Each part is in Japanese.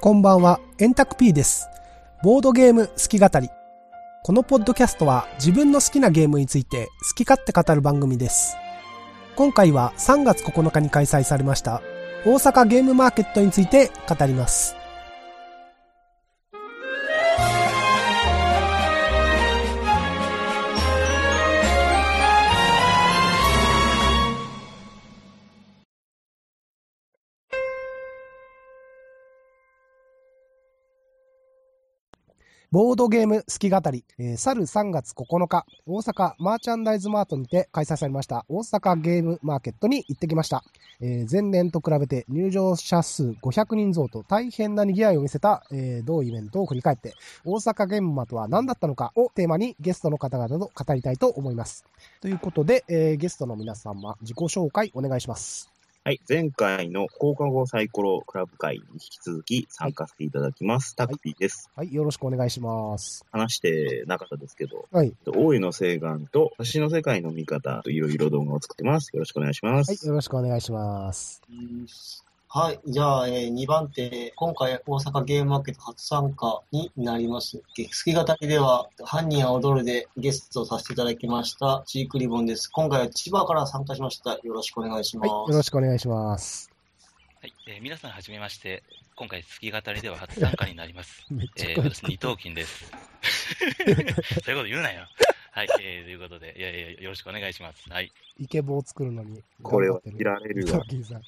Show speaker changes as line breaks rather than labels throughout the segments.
こんばんは、円卓 P です。ボードゲーム好き語り。このポッドキャストは自分の好きなゲームについて好き勝手語る番組です。今回は3月9日に開催されました大阪ゲームマーケットについて語ります。ボードゲーム好き語り、えー去る3月9日、大阪マーチャンダイズマートにて開催されました大阪ゲームマーケットに行ってきました。えー前年と比べて入場者数500人増と大変な賑わいを見せた、えー同イベントを振り返って、大阪ゲームマとは何だったのかをテーマにゲストの方々と語りたいと思います。ということで、えーゲストの皆様、自己紹介お願いします。
はい、前回の放課後サイコロクラブ会に引き続き参加していただきます。
い
タクピーです。
はい、よろしくお願いします。
話してなかったですけど、
はい、
大井の西岸と私の世界の見方といろいろ動画を作ってます。よろしくお願いしま
はい、
す。
よろしくお願いします。
はい。じゃあ、えー、2番手、今回大阪ゲームマーケット初参加になります。月月語りでは、犯人は踊るでゲストをさせていただきました、チークリボンです。今回は千葉から参加しました。よろしくお願いしま
はい、
す。
よろしくお願いします。
はい、えー皆さんはじめまして、今回、月語りでは初参加になり ます。
めっちゃ
えー、
怖い
私、二頭筋です。 そういうこと言うなよ。はい、えー、ということで、いやいや、よろしくお願いします。はい、
イケボを作るのに
これ
頑張っ
は
てる。
切られるわ。
ギーさん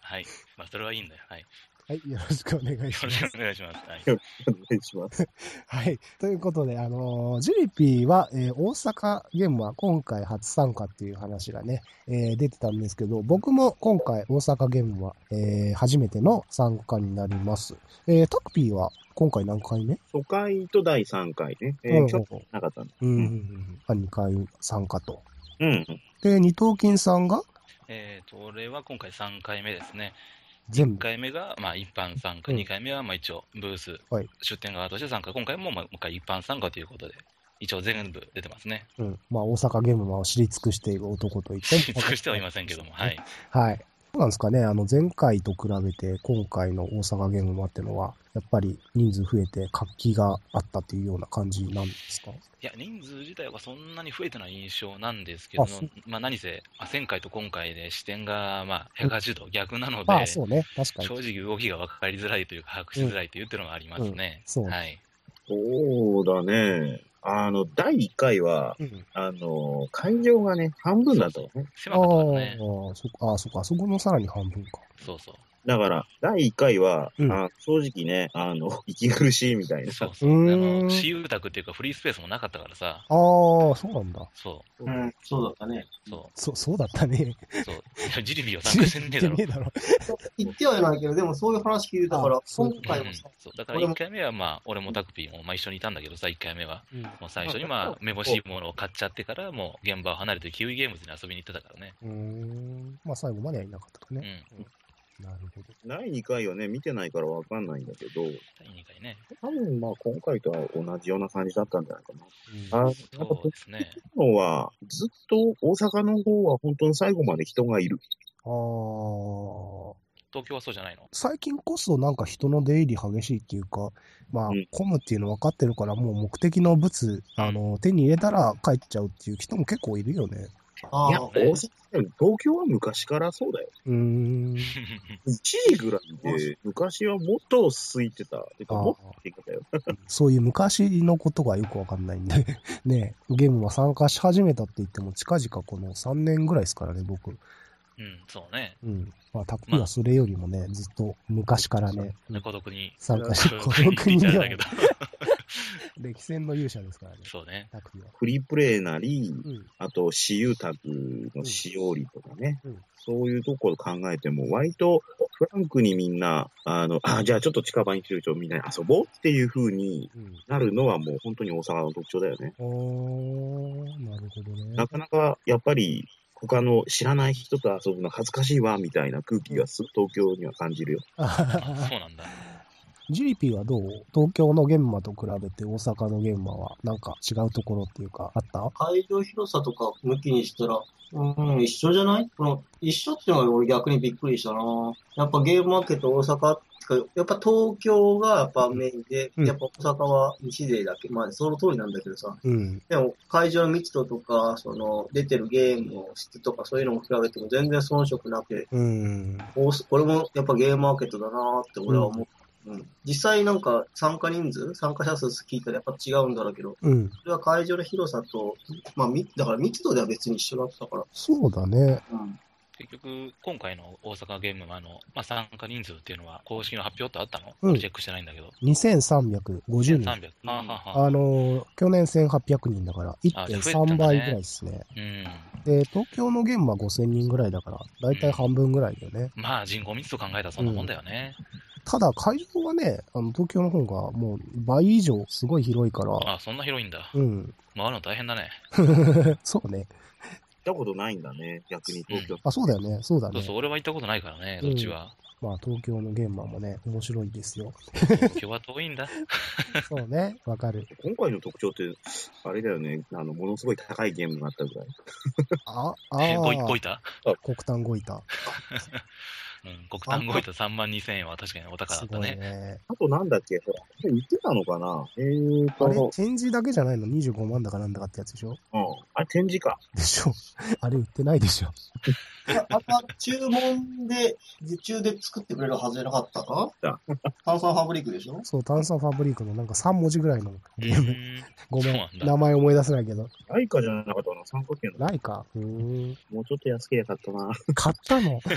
はい、まあ、それはいいんだよ。はい、よ
はい、よろしくお願いし
ろ
ま
し
す。
くお願いします。はい、
お願い します。
はい。ということで、あのージュリピーは、えー大阪ゲームは今回初参加っていう話がね、えー出てたんですけど、僕も今回大阪ゲームは、えー初めての参加になります。えータクピーは今回何回目
初回と第3回ね。え
う
ー、
ん
去年なかったんで。
うんうんうん。まあ二回参加と。
うん。
で、二頭筋さんが
えーと、俺は今回3回目ですね。
全
1
部。
回目が、まあ、一般参加、
うん
2回目は、まあ、一応、ブース、
はい
出店側として参加、今回も、まあ、もう一回一般参加ということで、一応全部出てますね。
うん。まあ、大阪ゲームマンを知り尽くしている男と言っても。
尽くしてはいませんけども、はい。
はい。どうなんですかね、あの前回と比べて、今回の大阪ゲームマってのは、やっぱり人数増えて活気があったっていうような感じなんですか
いや、人数自体はそんなに増えてない印象なんですけど
あそう、
まあ、何せ、まあ、前回と今回で視点がまあ180度逆なので、
まあそうね、確か
正
に。
直動きが分かりづらいというか、把握しづらいというっていうのがありますね。
そう。
はい、
そうだね。あの、第1回は、
うん
あの、会場がね、半分だったのね。
あ
狭
あ
かったからね。
ー、そっか、あーそっか、そこのさらに半分か。
そうそう。
だから、第1回は、
うん
あ正直ね、あの、 息苦しいみたいな。
そうそう。
う
あ
ーん
の、私有宅っていうかフリースペースもなかったからさ、
ああ、そうなんだ。
そ
うん、そうだったね。
う、そ
そ、そうだったね。
う、そう。いや、ジリビーは参加してねえだろ
言って。ねえだろ。
言ってはいないけど、でもそういう話聞いてたから
あ、そう
今
うん
回もさ、
そうだから1回目は、まあ、俺もタクピーも、まあ、一緒にいたんだけどさ、1回目は。
うん
もう最初に、まあ、めぼしいものを買っちゃってから、もう現場を離れてキウイゲームズに遊びに行ってたからね。
うーん。まあ最後まではいなかったと
うん
ね。。なるほど。
第2回はね、見てないからわかんないんだけど、
第2回ね。
多分まあ今回とは同じような感じだったんじゃないか
うん
な。あの、なんか
そうですね。
僕のは、ずっと大阪の方は本当に最後まで人がいる。
ああ、
東京はそうじゃないの
最近こそなんか人の出入り激しいっていうか、まあ
うん、
混むっていうの分かってるから、もう目的の物、あの、手に入れたら帰っちゃうっていう人も結構いるよね。
あ
いや、
ー
大阪でも東京は昔からそうだよ。
うーん。
1時ぐらいで、昔はもっと空いてた。てか、
あー
もっと空いてたよ。
そういう昔のことがよくわかんないんで、 ね、ゲームは参加し始めたって言っても、近々この3年ぐらいですからね、僕。
うん、そうね。
うん。まあ、タクピはそれよりもね、ずっと昔からね、
孤独に。
参加して、こ
孤
の
独に
国
い
に
たん
は
だけど。
歴戦の勇者ですからね、
そうね。
タクピは。
フリープレイなり、
うん。
あと、私有宅の使用率とかね、
うんうん
そういうところ考えても、割とフランクにみんな、あの、あ、じゃあちょっと近場に来るとみんなに遊ぼうっていう風に
うん。
なるのはもう本当に大阪の特徴だよね。
おー、なるほどね。
なかなかやっぱり他の知らない人と 遊ぶの恥ずかしいわみたいな空気がすぐ東京には感じるよ。
あそうなんだ。
ジリピーはどう東京の現場と比べて大阪の現場はなんか違うところっていうかあった
会場広さとか向きにしたら、うん、一緒じゃないこの一緒っていうのが俺逆にびっくりしたな。やっぱゲームマーケット大阪っていうか、やっぱ東京がやっぱメインで、
うん
やっぱ大阪は西でだけ、まあその通りなんだけどさ。
うん。
でも会場の密度とか、その出てるゲームの質とかそういうのも比べても全然遜色なくて、
うん。
大阪これもやっぱゲームマーケットだなって俺は思う。うん、実際なんか参加人数参加者数聞いたらやっぱ違うんだろうけど、
うん。
それは会場の広さと、まあ、みだから密度では別に一緒だったから。
そうだね。
うん。
結局、今回の大阪ゲームはあの、まあ、参加人数っていうのは、公式の発表ってあったの、
うん
チェックしてないんだけど、
2350人。
300。あーはーはー
あのー、去年1800人だから、
あじゃあ増えたね
1.3倍ぐらいですね。
うん。
で、東京の現場5000人ぐらいだから、だいたい半分ぐらいだよね。
まあ、人口密度考えたらそんなもんだよね。
ただ、会場はね、あの、東京の方がもう倍以上すごい広いから、
あ、そんな広いんだ。
うん。
回るの大変だね。
そうね。
ったことないんだね、逆に東京。
あ、そうだよね。そうだ
そ
ね
う。そう、俺は行ったことないからね、どっちは。
まあ、東京の現場もね、面白いです よ。
東京は遠いんだ。
そうね。わかる。
今回の特徴って、あれだよね、あの、ものすごい高いゲームがあったぐらい。
あ、あ
え、ごい、
ー
ごい、た。
黒炭ごいた。
うん、国産ごいた3万2000円は確かにお高だ
す
った
ごい
ね。
ね。
あとなんだっけ、ほら、これ言ってたのかなえー
あ
と、
れ
うん、、
展示だけじゃないの ?25 万だかなんだかってやつでしょ
あれ展示か。
でしょ あれ売ってないでしょ
いやあんま注文で、受注で作ってくれるはずじゃなかったか
だ
炭酸ファブリックでしょ
そう、炭酸ファブリックのなんか3文字ぐらいの
う
ゲーム。
ん。
ごめ
そうんなん。だ
名前思い出せないけど。
ライカじゃなかったかな、三角形の。
ないか。うー ん。
もうちょっと安ければよかったな。
買ったの
それ、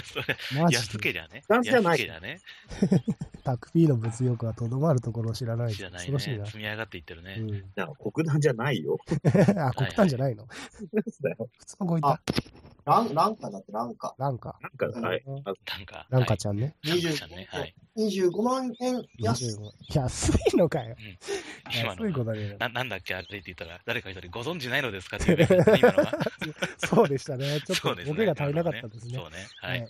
マ
安
ジで。
けりゃね。
安じゃない
安けりゃね。
タクピーの物欲はとどまるところを知らない。
知らない
恐
ね。
ろしい
積
な。
み上がっていってるね。
う
だから、国難じゃないよ。
ん、 あ、黒炭じゃないの。
だよ
普通のごいた
あ。ラン、ランカだってランカ。
ランカ。
なんか、はい。あ
なんか。
ランカちゃんね。
はい
25
ランカちゃんね。はい。
25万円安い。
25安いのかよ。
今
安い
の
こ
は。
とね。
ななんだっけあれって言ったら、誰か一人ご存知ないのですかってい うべきだったね今のは。
そうでしたね。ちょ
そ
っと
うですね。
ボケが足りなかったですね
そ。うね。はい。
はい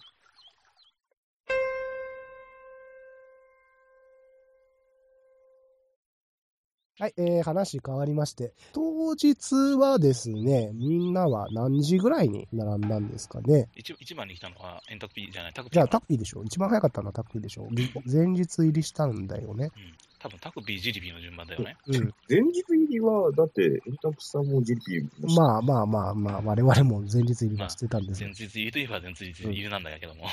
はい、えー、話変わりまして、当日はですね、みんなは何時ぐらいに並んだんですかね。
一一番に来たのは、エンタクピーじゃない、タクピー
じゃあ
か
タクピーでしょ一番早かったのはタクピーでしょ前日入りしたんだよね。
なうん。多分タクピー、ジリビーの順番だよね。
うん。
前日入りは、だって、エンタクさんも GP も。あ、
まあまあまあまあ、我々も前日入りはしてたんです
前
よ。
日入りといえば前日入りなんだけども、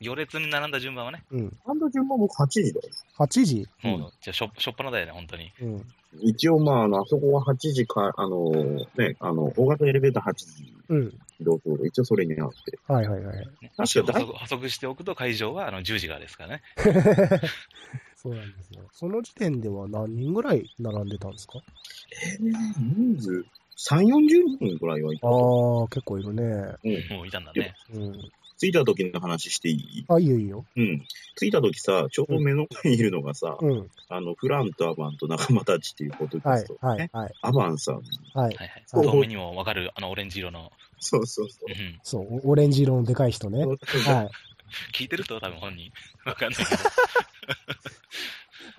行列に並んだ順番はね、
うん。
ハンド順番も8時だよ。
8時
うん
もう、じゃあしょ、しょっぱなだよね、本当に。
うん。
一応、まあ、あのあそこは8時か、あの、ね、あの、大型エレベーター8時
うん。
移動する一応それになって。
はいはいはい。
ね
確か
補
だい
足補足しておくと、会場はあの10時からですからね。
そうなんですよ。その時点では何人ぐらい並んでたんですか
人数、3、40人ぐらいはいた
あ。あ、結構いるね。
うん
もういたんだね。
うん。
着いた時の話していい
あ、いいよいいよ。
うん。着いた時さ、ちょうど目の前にいるのがさ、
うん。
あの、フランとアバンと仲間たちっていうことで
はい
すと、、
はい、はい、
アバンさん。
はい。
はいはい。
そう
遠目にもわかる、あの、オレンジ色の。
そうそうそう
う。ん
そう、オレンジ色のでかい人ね。
そう
はい。
聞いてると、多分本人。わかんないけど。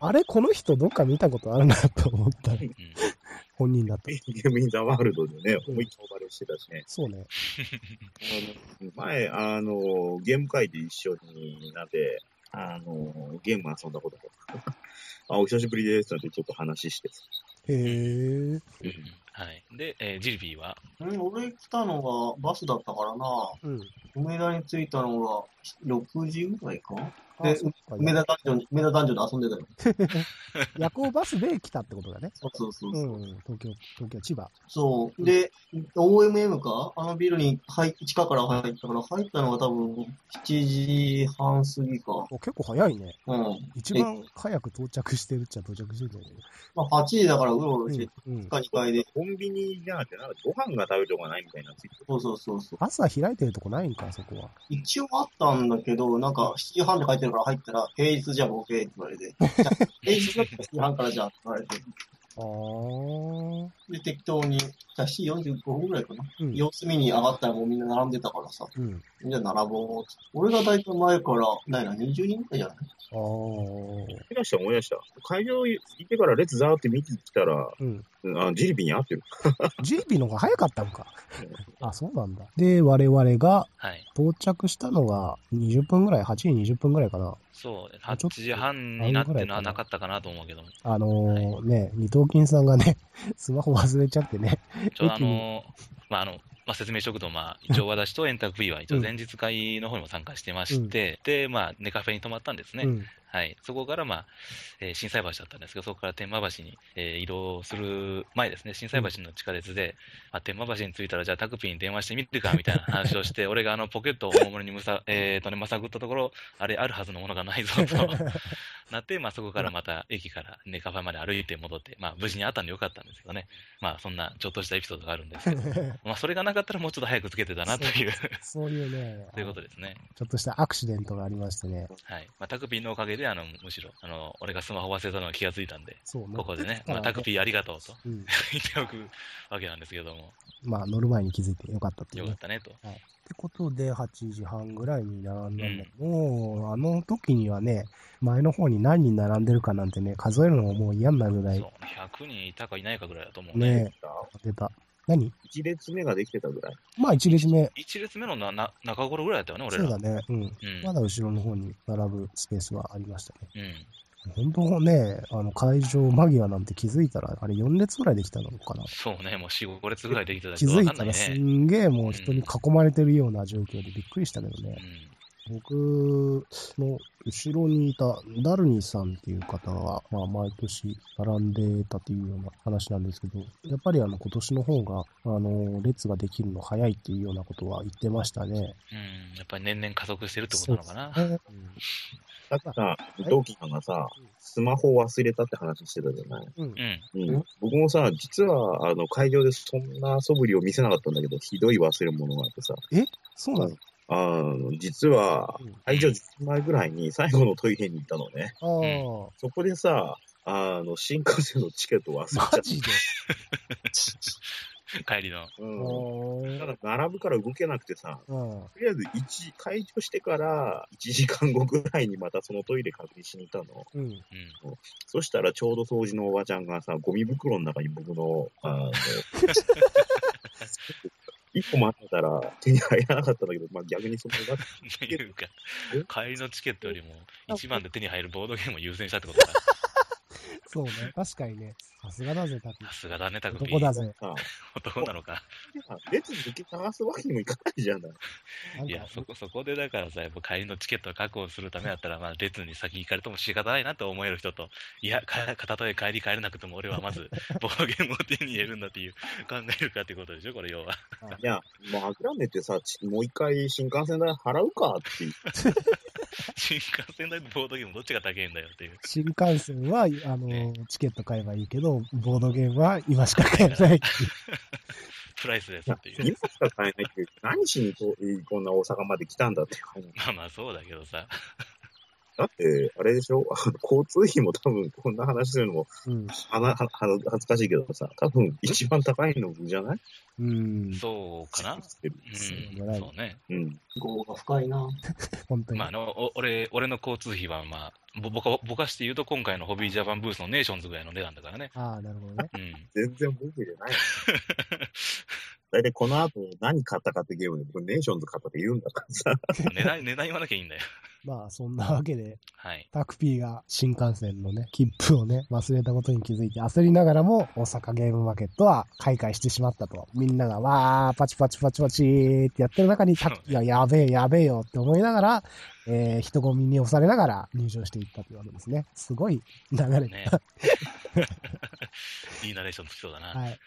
あれ、この人どっか見たことあるなと思ったら、
うん
本人だった。
ゲームインザワールドでね、思いっきり呼ばれしてたしね。
そうね。
前、あの、ゲーム会で一緒になって、あの、ゲーム遊んだことが あ、お久しぶりですなんてちょっと話して。
へえ。
うんはい。で、えージリビーは、
うん、俺来たのがバスだったからな。
うん。
梅田に着いたのが6時ぐらいか
あ
で
そっか
梅田ダンジョン、梅田ダンジョンで遊んでたよ。
夜行バスで来たってことだね。
そうそうそう。
うん。東京、東京、千葉。
そう。で、OMM かあのビルに入っ地下から入ったから、入ったのが多分7時半過ぎか。
お結構早いね。
うん。
一番早く到着してるっちゃ到着してるんだよ
まあ8時だからうろうろして、
ね
地。
うん。うん
下2階で。
コンビニじゃなくて、なんかご飯が食べるとこがないみたいなついて
そうそうそうそう。
朝開いてるとこないんか、そこは。
一応あったんだけど、なんか7時半で書いてるから入ったら、平日じゃボケって言われて。平日だったら7時半からじゃんって言われて。
あー
で、適当に、足し45分ぐらいかな。
うん。
様子見に上がったらもうみんな並んでたからさ、
うん。
じゃあ並ぼうっつって。俺が大体前から、ないな、20人ぐらいじゃない
ああ。
思い出した思い出した。会場行ってから列ザーって見てきたら、
うん。
うんあのジリピに合ってる。
ジービーの方が早かったのか。あ、そうなんだ。で、我々が
はい。
到着したのが20分ぐらい、8時20分ぐらいかな。
そう、
あちょっ
8
と
時半になっ
あの
てるのは
ぐらいかな
なかったかなと思うけども、
あのー、ね、二頭筋さんがね、 スマホ忘れちゃってね。
ちょうどあのー、まあ、あの、まあ、説明しておくと、まあ、一応私と円卓 V は一応前日会の方にも参加してまして、で、まあ、ネカフェに泊まったんですね。
うん。
はい。そこから、まあ、えー、震災橋だったんですけど、そこから天満橋に、えー移動する前ですね、震災橋の地下鉄で、まあ、天満橋に着いたら、じゃあタクピーに電話してみるか、みたいな話をして、俺があのポケットを大物にむさ、えーとね、まさぐったところ、あれ、あるはずのものがないぞ、となって、まあ、そこからまた駅からネカフェまで歩いて戻って、まあ、無事に会ったんでよかったんですけどね。まあ、そんなちょっとしたエピソードがあるんですけど、まあ、それがなかったらもうちょっと早くつけてたな、という、
そういうね、
ということですね。
ちょっとしたアクシデントがありましてね。
はい。まあ、タクピーのおかげで、あの、むしろ、あの、俺がスマホ忘れたのが気がついたんで、
そうね。
ここでね、
うん
まあ、タクピーありがとうと
うん。
言っておくわけなんですけども、
まあ、乗る前に気づいてよかったってい
よ
う
か
ね。
ったねと。
ってことで、8時半ぐらいに並んだんだけど、もう、あの時にはね、前の方に何人並んでるかなんてね、数えるのももう嫌になるぐら
そう
い、、
100人いたかいないかぐらいだと思うね。
ね、出た。何
一列目ができてたぐらい。
まあ、一列目。
一列目のなな中頃ぐらいだったよね、俺
そ
ら。
うだね。うん。
うん。
まだ後ろの方に並ぶスペースはありましたね。
うん。
本当ね、あの、会場間際なんて気づいたら、あれ4列ぐらいできたのかな。
そうね、もう4、5列ぐらいできてた
気
けど、わ
づい
かん
た
ない
らす
ね。
んげえもう人に囲まれてるような状況でびっくりしたけどね。
うん。
僕の後ろにいたダルニさんっていう方が、まあ、毎年並んでたというような話なんですけど、やっぱりあの今年の方が、あの、列ができるの早いっていうようなことは言ってましたね。
うん。やっぱり年々加速してるってことなのかな。
そうですね
だってさ、同期さんがさ、スマホ忘れたって話してたじゃない。
うん
う。ん。
うん、僕もさ、実は、あの、会場でそんな素振りを見せなかったんだけど、ひどい忘れ物があってさ、
そうなの
あの、実は
うん、
会場10分前ぐらいに最後のトイレに行ったのね。
ああ、
そこでさ、あの、新幹線のチケット忘れちゃった
マ。ジで。
帰りの。
うん。
お
た
ー
だ、並ぶから動けなくてさ、
うん
とりあえず一、会場してから1時間後ぐらいにまたそのトイレ確認しに行ったの。
うん。
うん。
そしたらちょうど掃除のおばちゃんがさ、ゴミ袋の中に僕の、あ の、一個待ってたら手に入らなかったんだけど、まあ逆にそのな
っていうか、帰りのチケットよりも、一番で手に入るボードゲームを優先したってことだ。
そうね。確かにね。さすがだぜ、タク
さ。すがだね、タクピー。
男だぜ。
さ、
男なのか。
列抜け探すわけにもいかないじゃない。
なん
いや
か、、
そこ、そ こでだからさ、やっぱ帰りのチケットを確保するためだったら、まあ、列に先行かれても仕方ないなと思える人と、いや、か 片手で帰り帰れなくても、俺はまず、ボードゲームを手に入れるんだっていう、考えるかってことでしょ、これ、要は。
いや、もう諦めてさ、ちもう一回新幹線代払うかっていう。
新幹線代とボードゲーム、どっちが高いんだよっていう。
新幹線は、あの、
ね
チケット買えばいいけど、ボードゲームは今しか買え ない。
プライスです
今
ってい
し
う。
か買えないっていう、何しにここんな大阪まで来たんだっていう話。
まあまあ、そうだけどさ。
だって、あれでしょあの交通費も多分こんな話するのも
うん。
はなはは恥ずかしいけどさ、多分一番高いのじゃない
うん。
そうかなうん、
そう
そうね。
うん。
語が深いな。
本当に。
まあ、あの、お俺、俺の交通費は、まあ、ぼぼか、ぼかして言うと、今回のホビージャパンブースのネーションズぐらいの値段だからね。
ああ、なるほどね。
うん。
全然僕じゃない。だいたいこの後何買ったかってゲームで僕ネーションズ買ったって言うんだからさ。
値段、値段言わなきゃいいんだよ。
まあ、そんなわけで、
はい。
タクピーが新幹線のね、切符をね、忘れたことに気づいて焦りながらも、大阪ゲームマーケットは開会してしまったと。みんながわー、パチパチパチパチーってやってる中に、タクピーがやべえやべえよって思いながら、えー、人混みに押されながら入場していったというわけですね。すごい流れ。
ね。いいナレーションつきそうだな。
はい。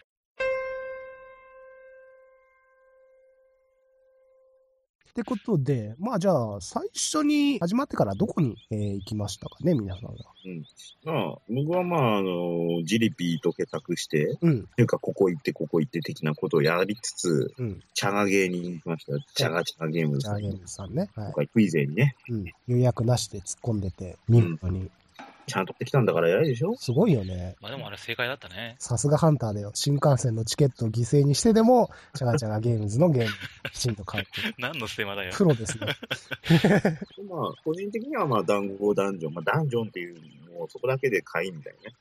ってことで、まあじゃあ、最初に始まってからどこに、えー行きましたかね、皆さんは。
まあ、僕はまあ、あの、ジリピーと結託して、
うん、
というかここ行ってここ行って的なことをやりつつ、
うん。
チャガゲーに行きました。チャガチャガゲームで
ジ
す
ャ
ね。
イアンツさんね。は
今回クイズにね。
い。うん。予約なしで突っ込んでて、見事に
ちゃんとできたんだから偉いでしょ
すごいよね。
まあでもあれ正解だったね。
さすがハンターだよ。新幹線のチケットを犠牲にしてでも、チャガチャガゲームズのゲームにきちんと買うっていう。
何のステマだよ。
プロですね。
まあ、個人的にはまあ、談合ダンジョン。まあ、ダンジョンっていう、もうそこだけで買いみたいなね。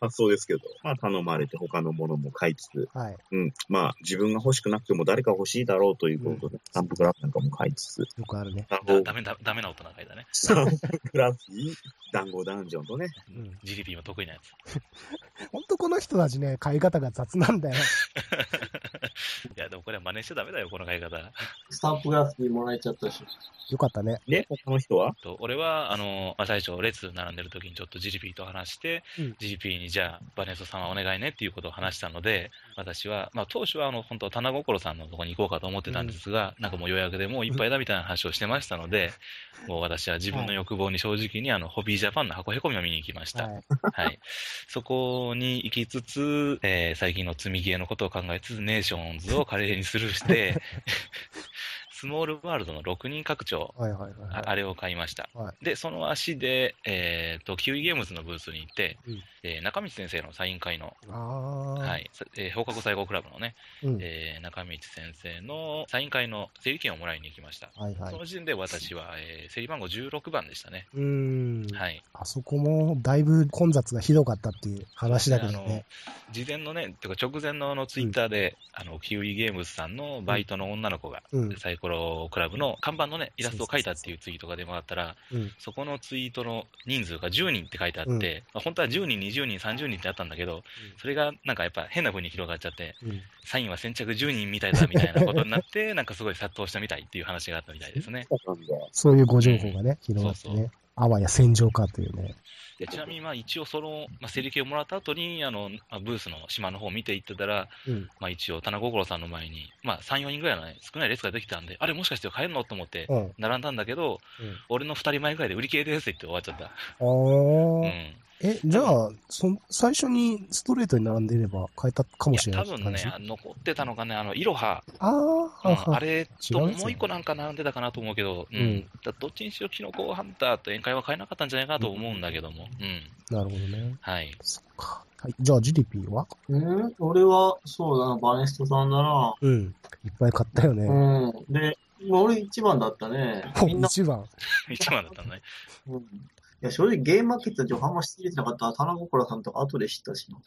発想ですけど、まあ、頼まれて他のものも買いつつ、
はい。
うん。まあ、自分が欲しくなくても誰か欲しいだろうということで、サンプグラスなんかも買いつつ、
よくあるね。
談
だ
合
ダメだ、ダメな大人がいたね。
サンプグラスに、談合ダンジョンとね、
うん。
ジリピーも得意なやつ。
ほんとこの人たちね、買い方が雑なんだよ。
いや、でもこれは真似しちゃダメだよ、この買い方。
スタンプグラスにもらえちゃったし。
よかったね。
で、他の人は
と俺は、あの、まあ、最初、列並んでる時にちょっとジリピーと話して、
うん
ジリピーにじゃあ、バネストさんはお願いねっていうことを話したので、私は、まあ当初は、あの、本当は棚心さんのとこに行こうかと思ってたんですが、なんかもう予約でもういっぱいだみたいな話をしてましたので、もう私は自分の欲望に正直に、あの、ホビージャパンの箱へこみを見に行きました。
はい。
はい。そこに行きつつ、えー最近の積みゲーのことを考えつつ、ネーションズを華麗にスルー して、スモールワールドの6人拡張、
はいはいはい
あ
は
あれを買いました。
は
で、その足で、えーと、キウイゲームズのブースに行って、
うん
えー中道先生のサイン会の、
い。ああー。
はい、えー放課後最後クラブのね、
うん。
えー中道先生のサイン会の整理券をもらいに行きました。
はいは
そ
い。
の時点で私は、えー整理番号16番でしたね。
うーん。
はい。
あそこもだいぶ混雑がひどかったっていう話だけどね。
事前のね、とか直前のあのツイッターで、あの、キウイゲームズさんのバイトの女の子が、
うん。
サイコロクラブの看板のね、イラストを描いたっていうツイートが出回ったら、
うん。
そこのツイートの人数が10人って書いてあって、
うん
まあ本当は10人、20人、30人ってあったんだけど、それがなんかやっぱ変な風に広がっちゃって、
うん。
サインは先着10人みたいだみたいなことに なって、なんかすごい殺到したみたいっていう話があったみたいですね。
そうなんだ。
そういうご情報がね、広がって
そうそ
ね。あわや戦場かというね。
でちなみにまあ一応その、まあ、整理券をもらった後に、あの、まあブースの島の方を見ていってたら、
うん。
まあ一応、棚心さんの前に、まあ3、4人ぐらいのね、少ない列ができたんで、あれもしかして買えるのと思って、
うん。
並んだんだけど、俺の2人前ぐらいで売り切れですって言って終わっちゃった。
うん。
う
ああ。
ん。
え、じゃあ、そん最初にストレートに並んでいれば変えたか
い
も
や
しれな
多
い
分ね、残ってたのがね、あの、いろは、
ああ
うん
ー、
あれと
違うんですね
もう一個なんか並んでたかなと思うけど、うん
うん
だどっちにしろキノコハンターと宴会は買えなかったんじゃないかなと思うんだけども、うん
なるほどね。
はい、
そっか。はい。じゃあ、ジリピーは
うん俺は、そうだな、バネストさんだな。
うん。いっぱい買ったよね。
うん。で、もう俺一番だったね。みんな、
一番。
一番だったのね。
うん。いや、正直ゲームマーケットの情報あんま知りてなかった。田中心さんとか後で知ったしな。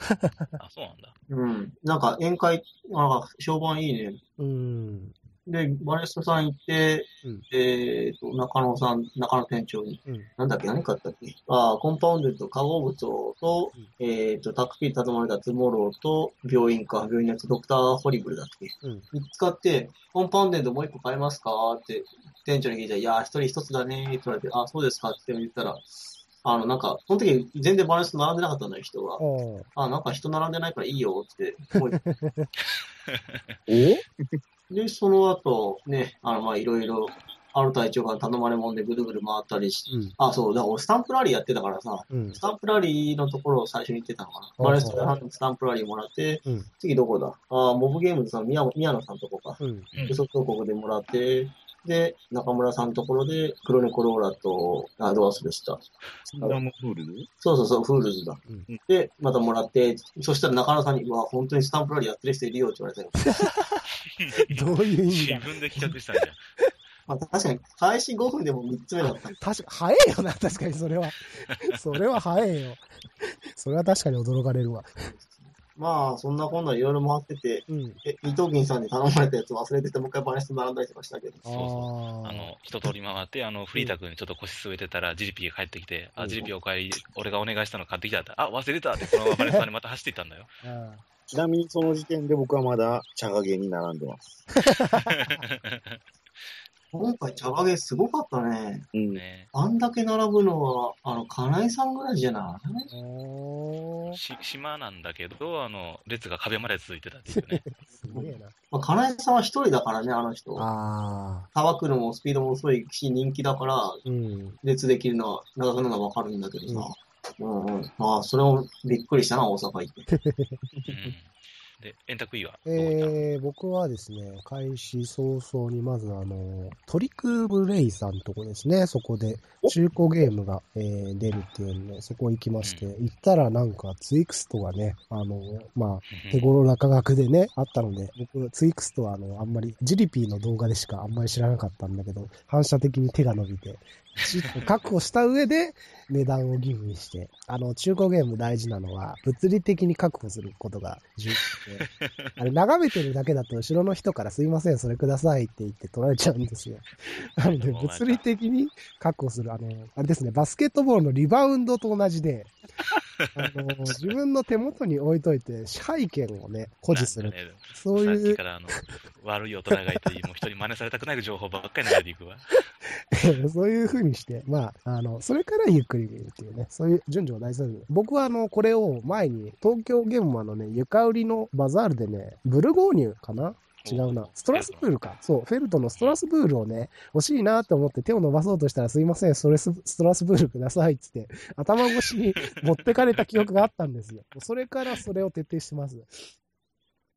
あ、そうなんだ。
うん。なんか宴会、なんか評判いいね。
うん。
で、バネストさん行って、
うん
えっと、中野さん、中野店長に、
うん
なんだっけ、何買ったっけああ、コンパウンドと化合物と、えっと、タクピー頼まれたズモローと、病院か、病院のやつ、ドクターホリブルだっけ
うん。
使って、コンパウンデンドもう一個買えますかって、店長に聞いたら、いやー、一人一つだねーって言われて、あ、そうですかって言ったら、あの、なんか、その時全然バランス並んでなかったんだよ、人が。
おー
あ、なんか人並んでないからいいよって。もう
お
で、その後、ね、あの、まあ、いろいろ、ある隊長が頼まれもんでぐるぐる回ったりして、
うん。
あ、そう、だから俺スタンプラリーやってたからさ、
うん
ス。タンプラリーのところを最初に行ってたのかな。
うん
バランスのスタンプラリーもらって、
うん
次どこだあ、モブゲームズさん、宮宮野さんとこか。
うん。
うん
予測報告でもらって、で、中村さんのところで、黒猫ローラと、あ、どう忘れした。
スンダムフールズ
そうそうそう、フールズだ。
うん
で、またもらって、そしたら中村さんに、うわ、本当にスタンプラリーやってる人いるよって言われたよ。
どういう意味
自
だ
分で企画したんだよ。
まあ、確かに、開始5分でも3つ目だった。
確か、早いよな、確かにそれ は。それは早いよ。それは確かに驚かれるわ。
まあ、そんなこんないろいろ回ってて、
うん。
え、伊藤銀さんに頼まれたやつ忘れてて、もう一回バネスト並んだりとかしたけど。
あ
そうそう。
ー
あの、一通り回って、あの、フリータ君にちょっと腰据えてたら、ジリピーが帰ってきて、
う
あ、
ん
ジリピーお帰り、俺がお願いしたの買ってきたって、あ、忘れたって、このままバレスさんにまた走っていったんだよ。
あ
ちなみにその時点で僕はまだ、茶ャガゲに並んでます。
今回、茶化けすごかったね。
うん。
ね
あんだけ並ぶのは、あの、金井さんぐらいじゃない
ーおー
し島なんだけど、あの、列が壁まで続いてたっていうね。
すげえな。
まあ、金井さんは一人だからね、あの人。
あ
さばくのもスピードも遅いし、人気だから、
あ。うん。
列できるのは長くなるのはわかるんだけどさ。うんうん。まあ、それもびっくりしたな、大阪行って。
うんで、円卓いはどこ行ったの、
えー、僕はですね、開始早々にまずあの、トリクブレイさんとこですね、そこで
お
中古ゲームが、えー出るっていうんで、そこ行きまして、行ったらなんかツイクストがね、あの、まあ、手頃な価格でね、あったので、僕、ツイクストはあの、あんまり、ジリピーの動画でしかあんまり知らなかったんだけど、反射的に手が伸びて、シートを確保した上で、値段をギフにして、あの、中古ゲーム大事なのは、物理的に確保することが重要で、あれ、眺めてるだけだと、後ろの人からすいません、それくださいって言って取られちゃうんですよ。なので、物理的に確保する、あの、あれですね、バスケットボールのリバウンドと同じで、あの、自分の手元に置いといて、支配権をね、誇示する。
なんかね
そう
さっ
い
き
う
か、らあの悪い大人がいて、もう人に真似されたくない情報ばっかり流れていくわ。
そういう風にして、まあ、あの、それからゆっくり見るっていうね、そういう順序を大事に。僕はあの、これを前に、東京ゲームマンのね、床売りのバザールでね、ブルゴーニュかな違うな。ストラスブールか。そう、フェルトのストラスブールをね、欲しいなと思って手を伸ばそうとしたら、すいません、それスストラスブールくださいっつって、頭越しに持ってかれた記憶があったんです よ。それからそれを徹底してます。っ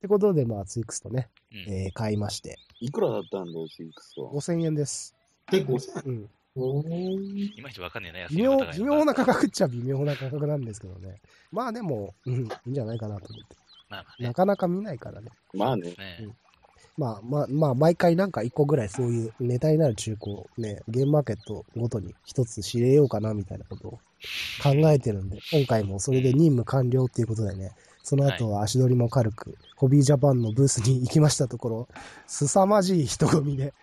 てことで、まあ、ツイクスとね、
うん
えー買いまして、
いくらだったんだろう、シンクスは。
5000円です。
で、5000
うん。
円。
いまいちわかんねえな、安い
微妙
のか、高い
微
の
妙な価格っちゃ微妙な価格なんですけどね。まあでも、うん、いいんじゃないかなと思って。
まあまあね
なかなか見ないからね。
まあね。
ね
まあまあまあ、毎回なんか一個ぐらいそういうネタになる中古をね、ゲームマーケットごとに一つ知れようかなみたいなことを考えてるんで、今回もそれで任務完了っていうことでね、その後は足取りも軽く、ホビージャパンのブースに行きましたところ、凄まじい人混みで、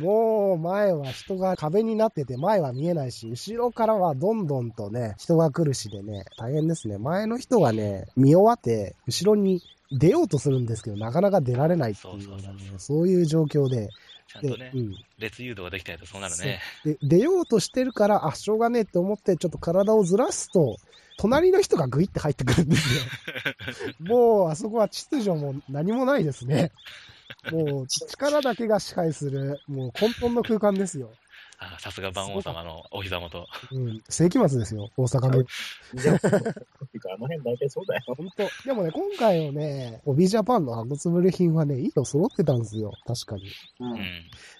もう前は人が壁になってて前は見えないし、後ろからはどんどんとね、人が来るしでね、大変ですね。前の人がね、見終わって、後ろに出ようとするんですけど、なかなか出られないっていうようなね
そうそうそうそ、う
そういう状況で、
ちゃん
で
とね
う、ん、
列誘導ができないとそうなるね。
で、出ようとしてるから、あ、しょうがねえって思って、ちょっと体をずらすと、隣の人がグイって入ってくるんですよ。 もう、あそこは秩序も何もないですね。もう、力だけが支配する、もう根本の空間ですよ。
あさすが番王様のお膝元。
うん、世紀末ですよ、大阪の。
じゃあ、てかあの辺大体そうだよ。
本当でもね、今回のね、オビジャパンの箱つぶれ品はね、いいの揃ってたんですよ、確かに。
う。
うんん。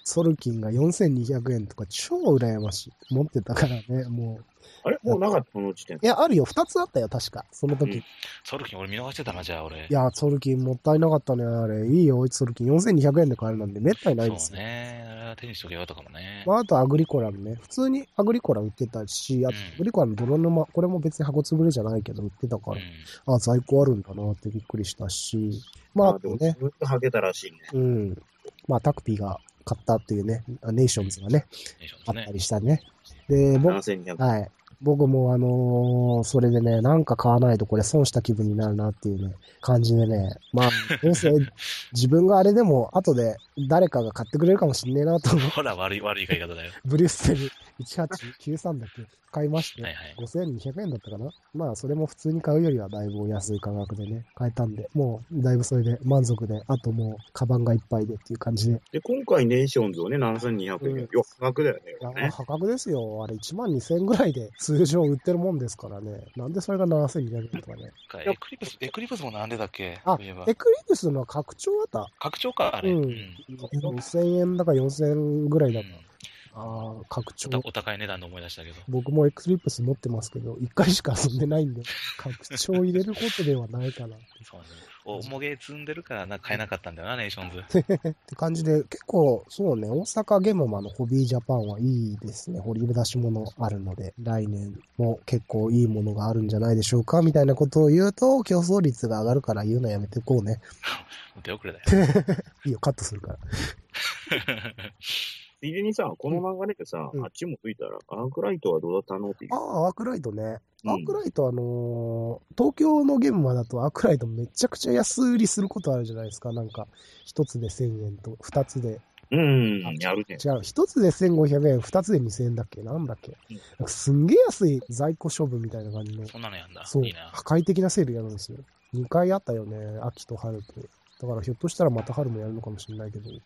ソルキンが4200円とか、超羨ましい。持ってたからね、もう。
あれもうなかった、この時点
い。や、あるよ、2つあったよ、確か。その時。
うん
ソルキン俺見逃してたな、じゃあ俺。
いや、ソルキンもったいなかったね、あれ。いいよ、ソルキン。4200円で買えるなんてめったにないで
そ
す
う
よ。
ね。あれは手にしとけよとかもね。
まあ、あとアグリコラもね。普通にアグリコラ売ってたし、あと
うん
アグリコラの泥沼、これも別に箱潰れじゃないけど売ってたから、
う
あ、在庫あるんだなってびっくりしたし、まあ、
あ
あ
で
と
も、
ね
ず、っとはけたらしいね。
うん。まあ、タクピーが買ったっていうね、あネーションズがね、
ん。でしょ
あった
うね。
りしたね。で、僕、
7200。
はい。僕もあのーそれでね、なんか買わないとこれ損した気分になるなっていうね、感じでね。 まあ、どうせ自分があれでも後で誰かが買ってくれるかもしんねえなと思う。
ほら、悪い、悪い言い方だよ。
ブリュッセル1893だっけ買いまして、
はいはい
5200円だったかなまあ、それも普通に買うよりはだいぶお安い価格でね、買えたんで、もうだいぶそれで満足で、あともうカバンがいっぱいでっていう感じで。
で、今回、ネーションズをね、7200円。
うん
よく価格だよ
いや
ね。
破格ですよ。あれ1万2000円ぐらいで通常売ってるもんですからね。なんでそれが7200円とかね。
エクリプス、エクリプスもなんでだっけ
あ
そういえば
エクリプスのは拡張あった
拡張か、あれ。
う
うんん。
?2000 円だか4000円ぐら
う
いだか
ん
ら。ああ、拡張
お。お高い値段で思い出したけど。
僕もエクリプス持ってますけど、1回しか遊んでないんで、 拡張入れることではないかな。っ
そうね。重げ積んでるからな買えなかったんだよ な、ネーションズ。
て感じで、結構、そうね、大阪ゲームマンのホビージャパンはいいですね。掘り出し物あるので、来年も結構いいものがあるんじゃないでしょうか、みたいなことを言うと、競争率が上がるから言うのやめてこうね。
手遅れだよ。
いいよ、カットするから。
ついでにさ、この流れでさ、
うん
あっちもついたら、アークライトはどうだったのっていう
あ。あ、アークライトね。
うん
アークライト、あのー東京のゲームマだとアークライトめちゃくちゃ安売りすることあるじゃないですか。なんか、一つで1000円と、二つで。
うん、やるね。
違う、一つで1500円、二つで2000円だっけなんだっけ
うん
なんかすんげえ安い在庫処分みたいな感じの、
そんなのやんだ。
そう
いい、な。
破壊的なセールやるんですよ。2回あったよね、秋と春と。だからひょっとしたらまた春もやるのかもしれないけど、
うん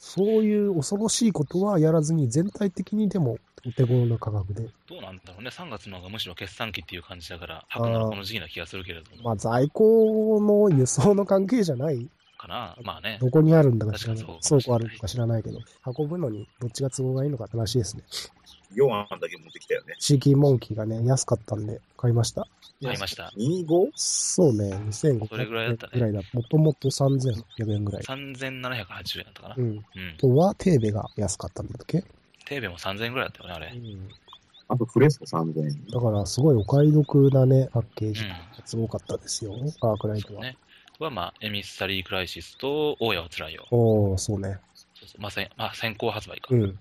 そういう恐ろしいことはやらずに、全体的にでもお手頃な価格で。
どうなんだろうね、3月の方がむしろ決算期っていう感じだから、吐くのはこの時期な気がするけれども、
まあ、在庫の輸送の関係じゃない
かな、まあね、
どこにあるんだか知らない
確か。にそう
倉庫あるのか知らないけど、運ぶのにどっちが都合がいいのかって話ですね。
4案だけ持ってきたよね。
シーキーモンキーがね、安かったんで買いました。
買いました。
25?
そうね、
それぐ
2500
らいだ
円
ったね
ぐらいだ。もともと3800円ぐらい。
3780円だったかな
う。ん。
うん
あ。とは、テーベが安かったんだっけ、
テーベも3000円ぐらいだったよね、あ
う
れ。
ん、
あとフレスコ3000円。
だから、すごいお買い得なね、パッケージ。
う
すごかったですよ、アークラ
ん。
イ
そ
ト
う
は。
ね。は、まあ、エミッサリークライシスと、大家はつらいよ。
おおそうね。
そうそうまあ、せんまあ、先行発売か。
うん。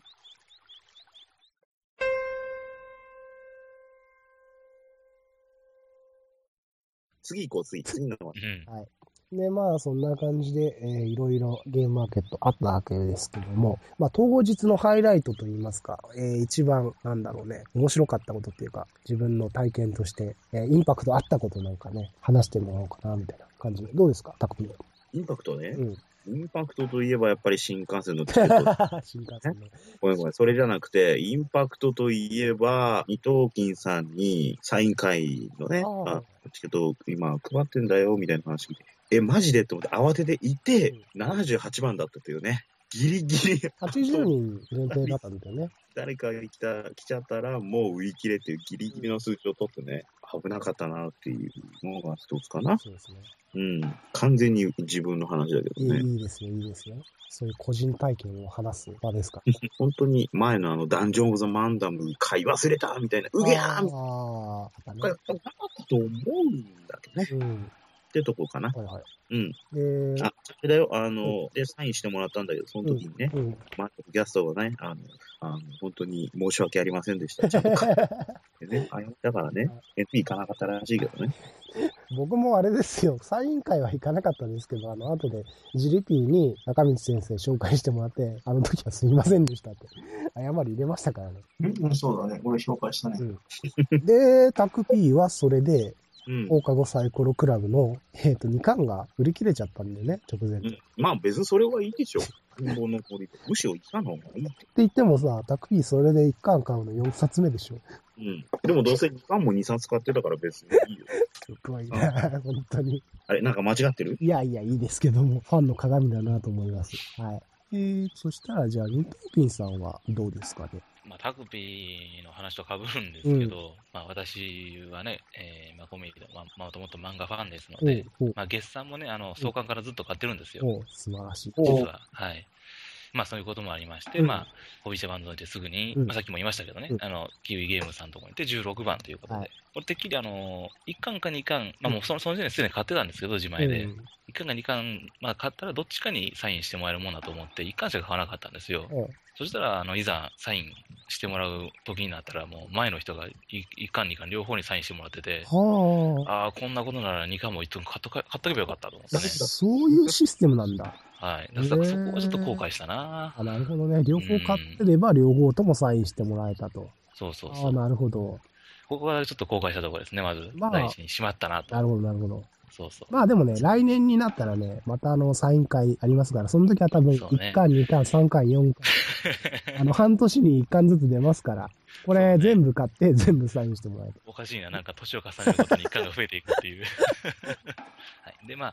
次行こう、次。次のは。
うん。
で、まあ、そんな感じで、えーいろいろゲームマーケットあったわけですけども、まあ、当日のハイライトといいますか、えー一番、なんだろうね、面白かったことっていうか、自分の体験として、えーインパクトあったことなんかね、話してもらおうかな、みたいな感じで。どうですか、タクピー。
インパクトね。
うん。
インパクトといえばやっぱり新幹線のチケット。
新幹線ね。
ごめんごめん。それじゃなくて、インパクトといえば、伊藤金さんにサイン会のね、
ああ
あチケット今配ってんだよ、みたいな話見て。え、マジでって思って慌てていて、78番だったというね。ギリギリ、
80人限定だったんだよね。
誰かが来た、来ちゃったらもう売り切れっていうギリギリの数値を取ってね、危なかったなっていうのが一つかな。
そうですね。
うん。完全に自分の話だけ
い
どね。
いいいですよ、いいですよ。そういう個人体験を話す場ですから。
本当に前のあの、ダンジョン・オブ・ザ・マンダム買い忘れたみたいな、うげゃーみたいな、
ああ、だ
これ
ね
やっ。ぱなかったと思うんだけどね。
うん。
ってとこかな。
はいはい。
うん。
で、
あ、それだよ、あの、で、サインしてもらったんだけど、その時にね、
うん。
マックキャストがね、あの、あの本当に申し訳ありませんでした。ちゃんと買ってね、あだからね、NP 行かなかったらしいけどね。
僕もあれですよ、サイン会は行かなかったんですけど、あの、後で、ジリピーに中道先生紹介してもらって、あの時はすいませんでしたって、謝り入れましたからね。
うん、そうだね。俺紹介したね。
で、タクピーはそれで、
うん。
放課後サイコロクラブの、えっ、と、2巻が売り切れちゃったんでね、直前
う
で。っ
ん、まあ別にそれはいいでしょ。この氷で。むしろ行ったの方がいいって。
て言ってもさ、タクピーそれで1巻買うの4冊目でしょ。
うん。でもどうせ2巻も2、3使ってたから別にいいよ。
すごいな、 本当に。
あれ、なんか間違ってる
いやいや、いいですけども、ファンの鏡だなと思います。はい。えー、そしたら、じゃあ、ニトピンさんはどうですかね。
まあ、タクピーの話とかぶるんですけど、まあ、私はね、えーまあ、コミュニティの、まあ、もともと漫画ファンですので、
おう
まあ、月産もね、あの、創刊からずっと買ってるんですよ。
おう素晴らしい。
お
実は、はい。まあそういうこともありまして、
うん
まあ、ホビーシャバンドに行ってすぐに、
うん
まあさっきも言いましたけどね、
うん
あの、キウイゲームさんのとこに行って16番ということで、
はい
これてっきりあの、1巻か2巻、まあもうそのその時点ですでに買ってたんですけど、自前で。
うん
1巻か2巻、まあ買ったらどっちかにサインしてもらえるもんだと思って、1巻しか買わなかったんですよ。
え
そしたら、あの、いざサインしてもらう時になったら、もう前の人が1巻2巻両方にサインしてもらってて
え、はあ。
ああ、こんなことなら2巻も1巻買っとか買っとけばよかったと 思ってね。
そういうシステムなんだ。
はい。だからそこはちょっと後悔したな
あなるほどね。両方買ってれば、両方ともサインしてもらえたと。
そうそう
あ
そ
あ、
う。
なるほど。
ここがちょっと後悔したところですね、まず。
まあ
第一にしまったなと。
なるほど、なるほど。
そうそう。
まあでもね、来年になったらね、またあの、サイン会ありますから、その時は多分、
そうね
1巻、2巻、3巻、4巻。 あの、半年に1巻ずつ出ますから、これ全部買って、全部サインしてもらえる。
おかしいな、なんか年を重ねることに一貫が増えていくっていう。 はい、で、ま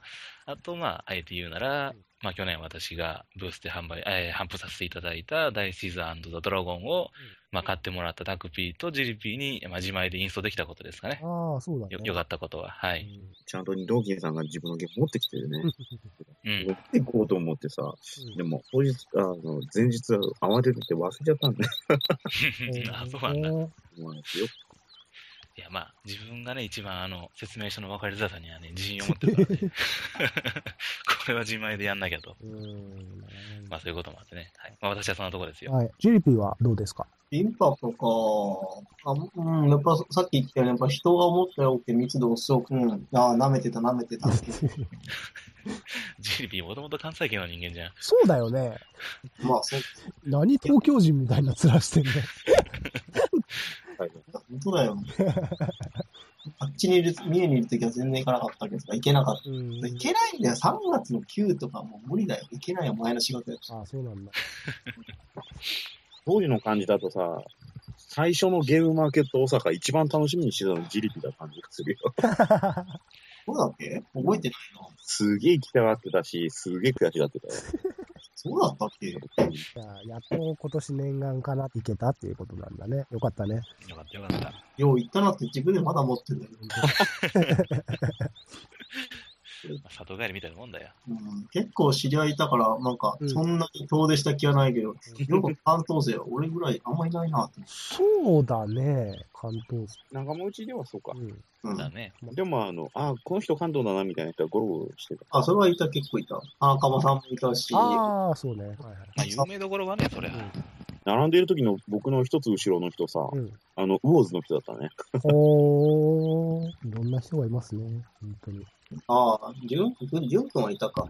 あ、あと、まあ、あえて言うなら、まあ、去年私がブースで販売、えー販布させていただいた大シーザーザ・ドラゴンを、まあ、買ってもらったタクピーとジリピーに、まあ、自前でインストできたことですかね。
ああ、そうだね。
よ、よかったことは。はい。
ちゃんと二道金さんが自分のゲーム持ってきてるね。
うん
持。っていこうと思ってさ、でも、当日、あの、前日慌ててて忘れちゃったんだよ。
あ、そうなんだ。
だ。
まあよく
いや、まあ、自分がね、一番あの、説明書の分かりづらさにはね、自信を持っ てるからね。これは自前でやんなきゃと。
うん
まあ、そういうこともあってね。はい。まあ、私はそんなところですよ。
はい。ジェリピーはどうですか
インパクトか。あうん、やっぱさっき言ったように、やっぱ人が思ったより多くて密度薄く、うん、ああ、舐めてた舐めてたって。
ジリピー、もともと関西圏の人間じゃん。
そうだよね。
まあ、そう、
何東京人みたいな面してんね。
はい
本当だよ。あっちにいる、三重にいるときは全然行かなかったけど、行けなかった。
うん
行けないんだよ。3月の9とかもう無理だよ。行けないよ、前の仕事やし。
ああ、そうなんだ。
当時の感じだとさ、最初のゲームマーケット大阪一番楽しみにしてたの自力だ感じがするよ。
そうだっけ覚えてないな。
すげえ行きたがってたし、すげえ悔しがってたよ。
そうだったっけ
じゃあ、やっと今年念願かなっていけたっていうことなんだね。よかったね。
よかったよかった。
よう行ったなって自分でまだ持ってるんだけど。
まあ里帰りみたいなもんだよ。
うん、結構知り合いいたから、なんか
う、ん
そんなに遠出した気はないけど、よく関東勢は俺ぐらいあんまいないなって
そうだね、関東
仲間内ではそうか。
うん。
思う。う
だ
ん、
ね。
でもあの、あ、この人関東だなみたいな人はゴロゴロしてた。
あ、それはいた、結構いた。田中間さんもいたし、
ああ、そうね。はいはい。
まあ、有名どころはね、そりゃ。
並んでいる時の僕の一つ後ろの人 さ、
うん。
あの、ウォーズの人だったね。
ほー、いろんな人がいますね。本当に。
ああ、ジュン君、ジュン君はいたか。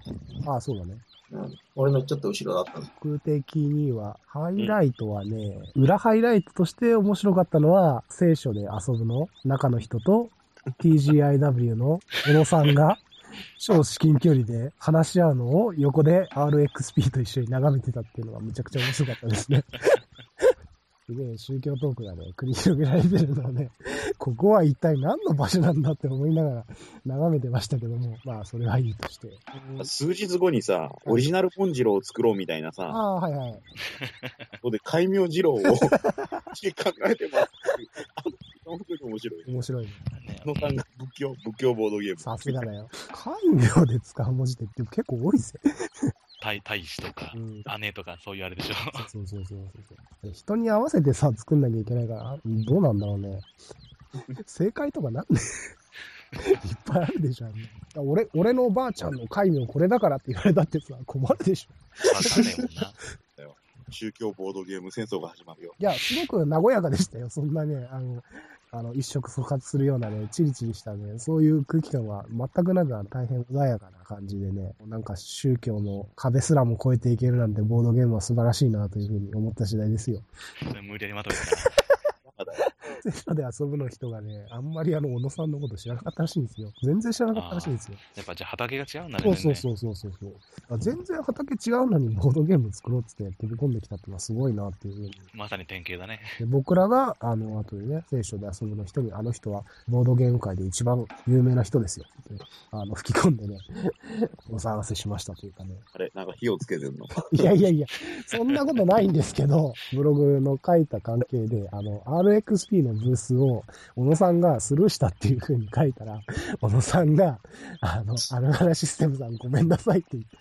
ああ、そうだね。
うん、俺のちょっと後ろだったの。
僕的には、ハイライトはね、裏ハイライトとして面白かったのは、聖書で遊ぶの中の人と、TGIW の小野さんが、超至近距離で話し合うのを横で RXP と一緒に眺めてたっていうのがむちゃくちゃ面白かったですね。 すげえ宗教トークがね、繰り広げられてるのをね、ここは一体何の場所なんだって思いながら眺めてましたけども、まあそれはいいとして。
数日後にさ、オリジナルポンジローを作ろうみたいな
あ
さ、
あ、はいはい。
そうで、改名二郎を考えてます。あの、本当に面白い。
面白いね。
ね
あのさんが仏教、仏教ボードゲーム。
さすがだよ。官業で使う文字ってでも結構多いぜ。
大大使とか
う、ん。
姉とか、そういうあれでしょ。
そうそうそうそう。人に合わせてさ、作んなきゃいけないから、どうなんだろうね。正解とかなんでいっ ぱいあるでしょ、あんな俺、俺のおばあちゃんの戒名これだからって言われたってさ、困るでしょ。
わかんねえもんな。
宗教ボードゲーム戦争が始まるよ。
いや、すごく和やかでしたよ。そんなね、あの、あの、一触即発するようなね、チリチリしたね、そういう空気感は全くなく、あの大変穏やかな感じでね、なんか宗教の壁すらも越えていけるなんてボードゲームは素晴らしいなというふうに思った次第ですよ。
無理やりまとめたな。
まだよ
聖書で遊ぶの人がね、あんまりあの、小野さんのこと知らなかったらしいんですよ。全然知らなかったらしいんですよ。
やっぱじゃあ畑が違うんだね。
そうそう
う。
そうそうそうそう。あ全然畑違うのにボードゲーム作ろうっつって飛び込んできたっていうのはすごいなっていうふうに。
まさに典型だね。
で僕らが、あの、後でね、聖書で遊ぶの人に、あの人はボードゲーム界で一番有名な人ですよって、あの、吹き込んでね、 お騒がせしましたというかね。
あれ、なんか火をつけてんの。
いやいやいや、そんなことないんですけど、ブログの書いた関係で、あの、RXP のブースを、小野さんがスルーしたっていう風に書いたら、小野さんが、あの、アルガラシステムさんごめんなさいって言って、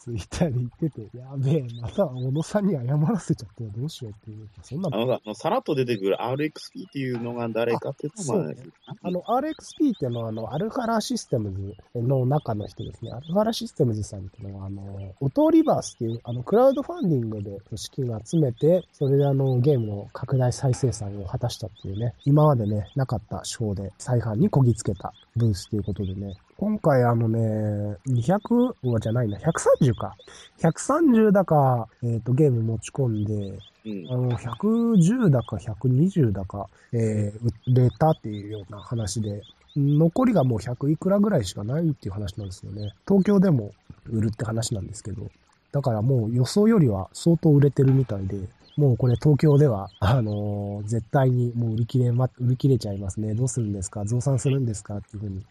ツイッターで言ってて、やべえ、また小野さんに謝らせちゃってどうしようっていう、そんな
あのさ、あのさらっと出てくる RXP っていうのが誰かっていうのもあれです
あの、RXP っていうのは、あの、アルファラシステムズの中の人ですね。アルファラシステムズさんっていうのは、あの、オトリバースっていう、あの、クラウドファンディングで資金を集めて、それであの、ゲームの拡大再生産を果たしたっていうね、今までね、なかった賞で再販にこぎつけたブースということでね、今回あのね、200はじゃないな、130か。130だか、えっ、と、ゲーム持ち込んで、
うん
あ。の、110だか120だか、えー、売れたっていうような話で、残りがもう100いくらぐらいしかないっていう話なんですよね。東京でも売るって話なんですけど。だからもう予想よりは相当売れてるみたいで、もうこれ東京では、あのー絶対にもう売り切れま、売り切れちゃいますね。どうするんですか増産するんですかっていうふうに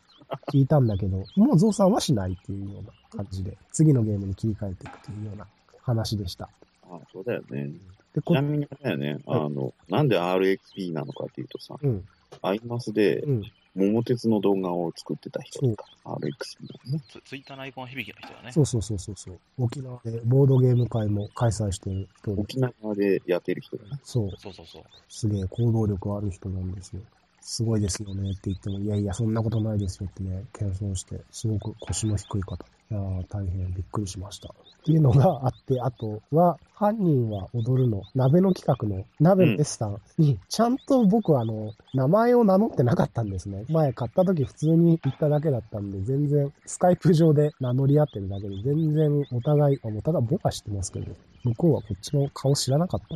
聞いたんだけど、もう増産はしないっていうような感じで、次のゲームに切り替えていくというような話でした。
あそうだよね。
で、
ち
こ
なみにあれだよね、あの、なんで RXP なのかっていうとさ、
うん、
アイマスで
うん。
桃鉄の動画を作ってた人とか、RXP なのね。
ツツイッターのアイコン響きの人だね。
そうそうそうそうそう。沖縄でボードゲーム会も開催してる人で、
沖縄でやってる人だね。
そう、
そうそうそう。
すげえ行動力ある人なんですよ。すごいですよねって言っても、いやいや、そんなことないですよってね、謙遜して、すごく腰の低い方。いやー大変びっくりしました。っていうのがあって、あとは、犯人は踊るの、鍋の企画の、鍋のデッサンに、ちゃんと僕はあの、名前を名乗ってなかったんですね。前買った時普通に行っただけだったんで、全然、スカイプ上で名乗り合ってるだけで、全然お互い、あお互い僕は知ってますけど、向こうはこっちの顔知らなかった。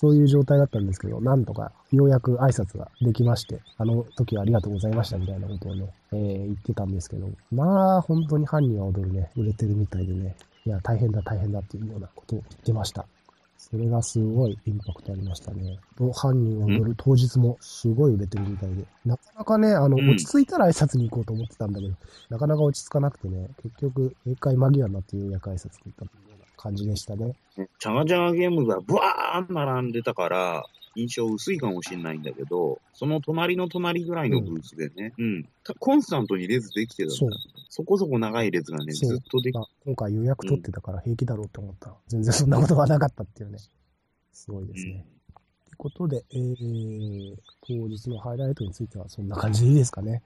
そういう状態だったんですけど、なんとかようやく挨拶ができまして、あの時はありがとうございましたみたいなことをね、えー言ってたんですけど、まあ本当に犯人は踊るね、売れてるみたいでね、いや大変だ大変だっていうようなことを言ってました。それがすごいインパクトありましたね。と犯人を踊る当日もすごい売れてるみたいで、なかなかね、あの、
うん
落ち着いたら挨拶に行こうと思ってたんだけど、なかなか落ち着かなくてね、結局、閉会間際になってようやく挨拶に行ったというような感じでしたね。
チャガチャガゲームがブワーン並んでたから、印象薄いかもしれないんだけど、その隣の隣ぐらいのブースでね、うん、たコンスタントに列できてたの
そう。
そこそこ長い列がね、ず
そう
っとでき
まあ、今回予約取ってたから平気だろうと思ったら、全然そんなことはなかったっていうね。すごいですね。ということで、えー、当日のハイライトについてはそんな感じでいいですかね。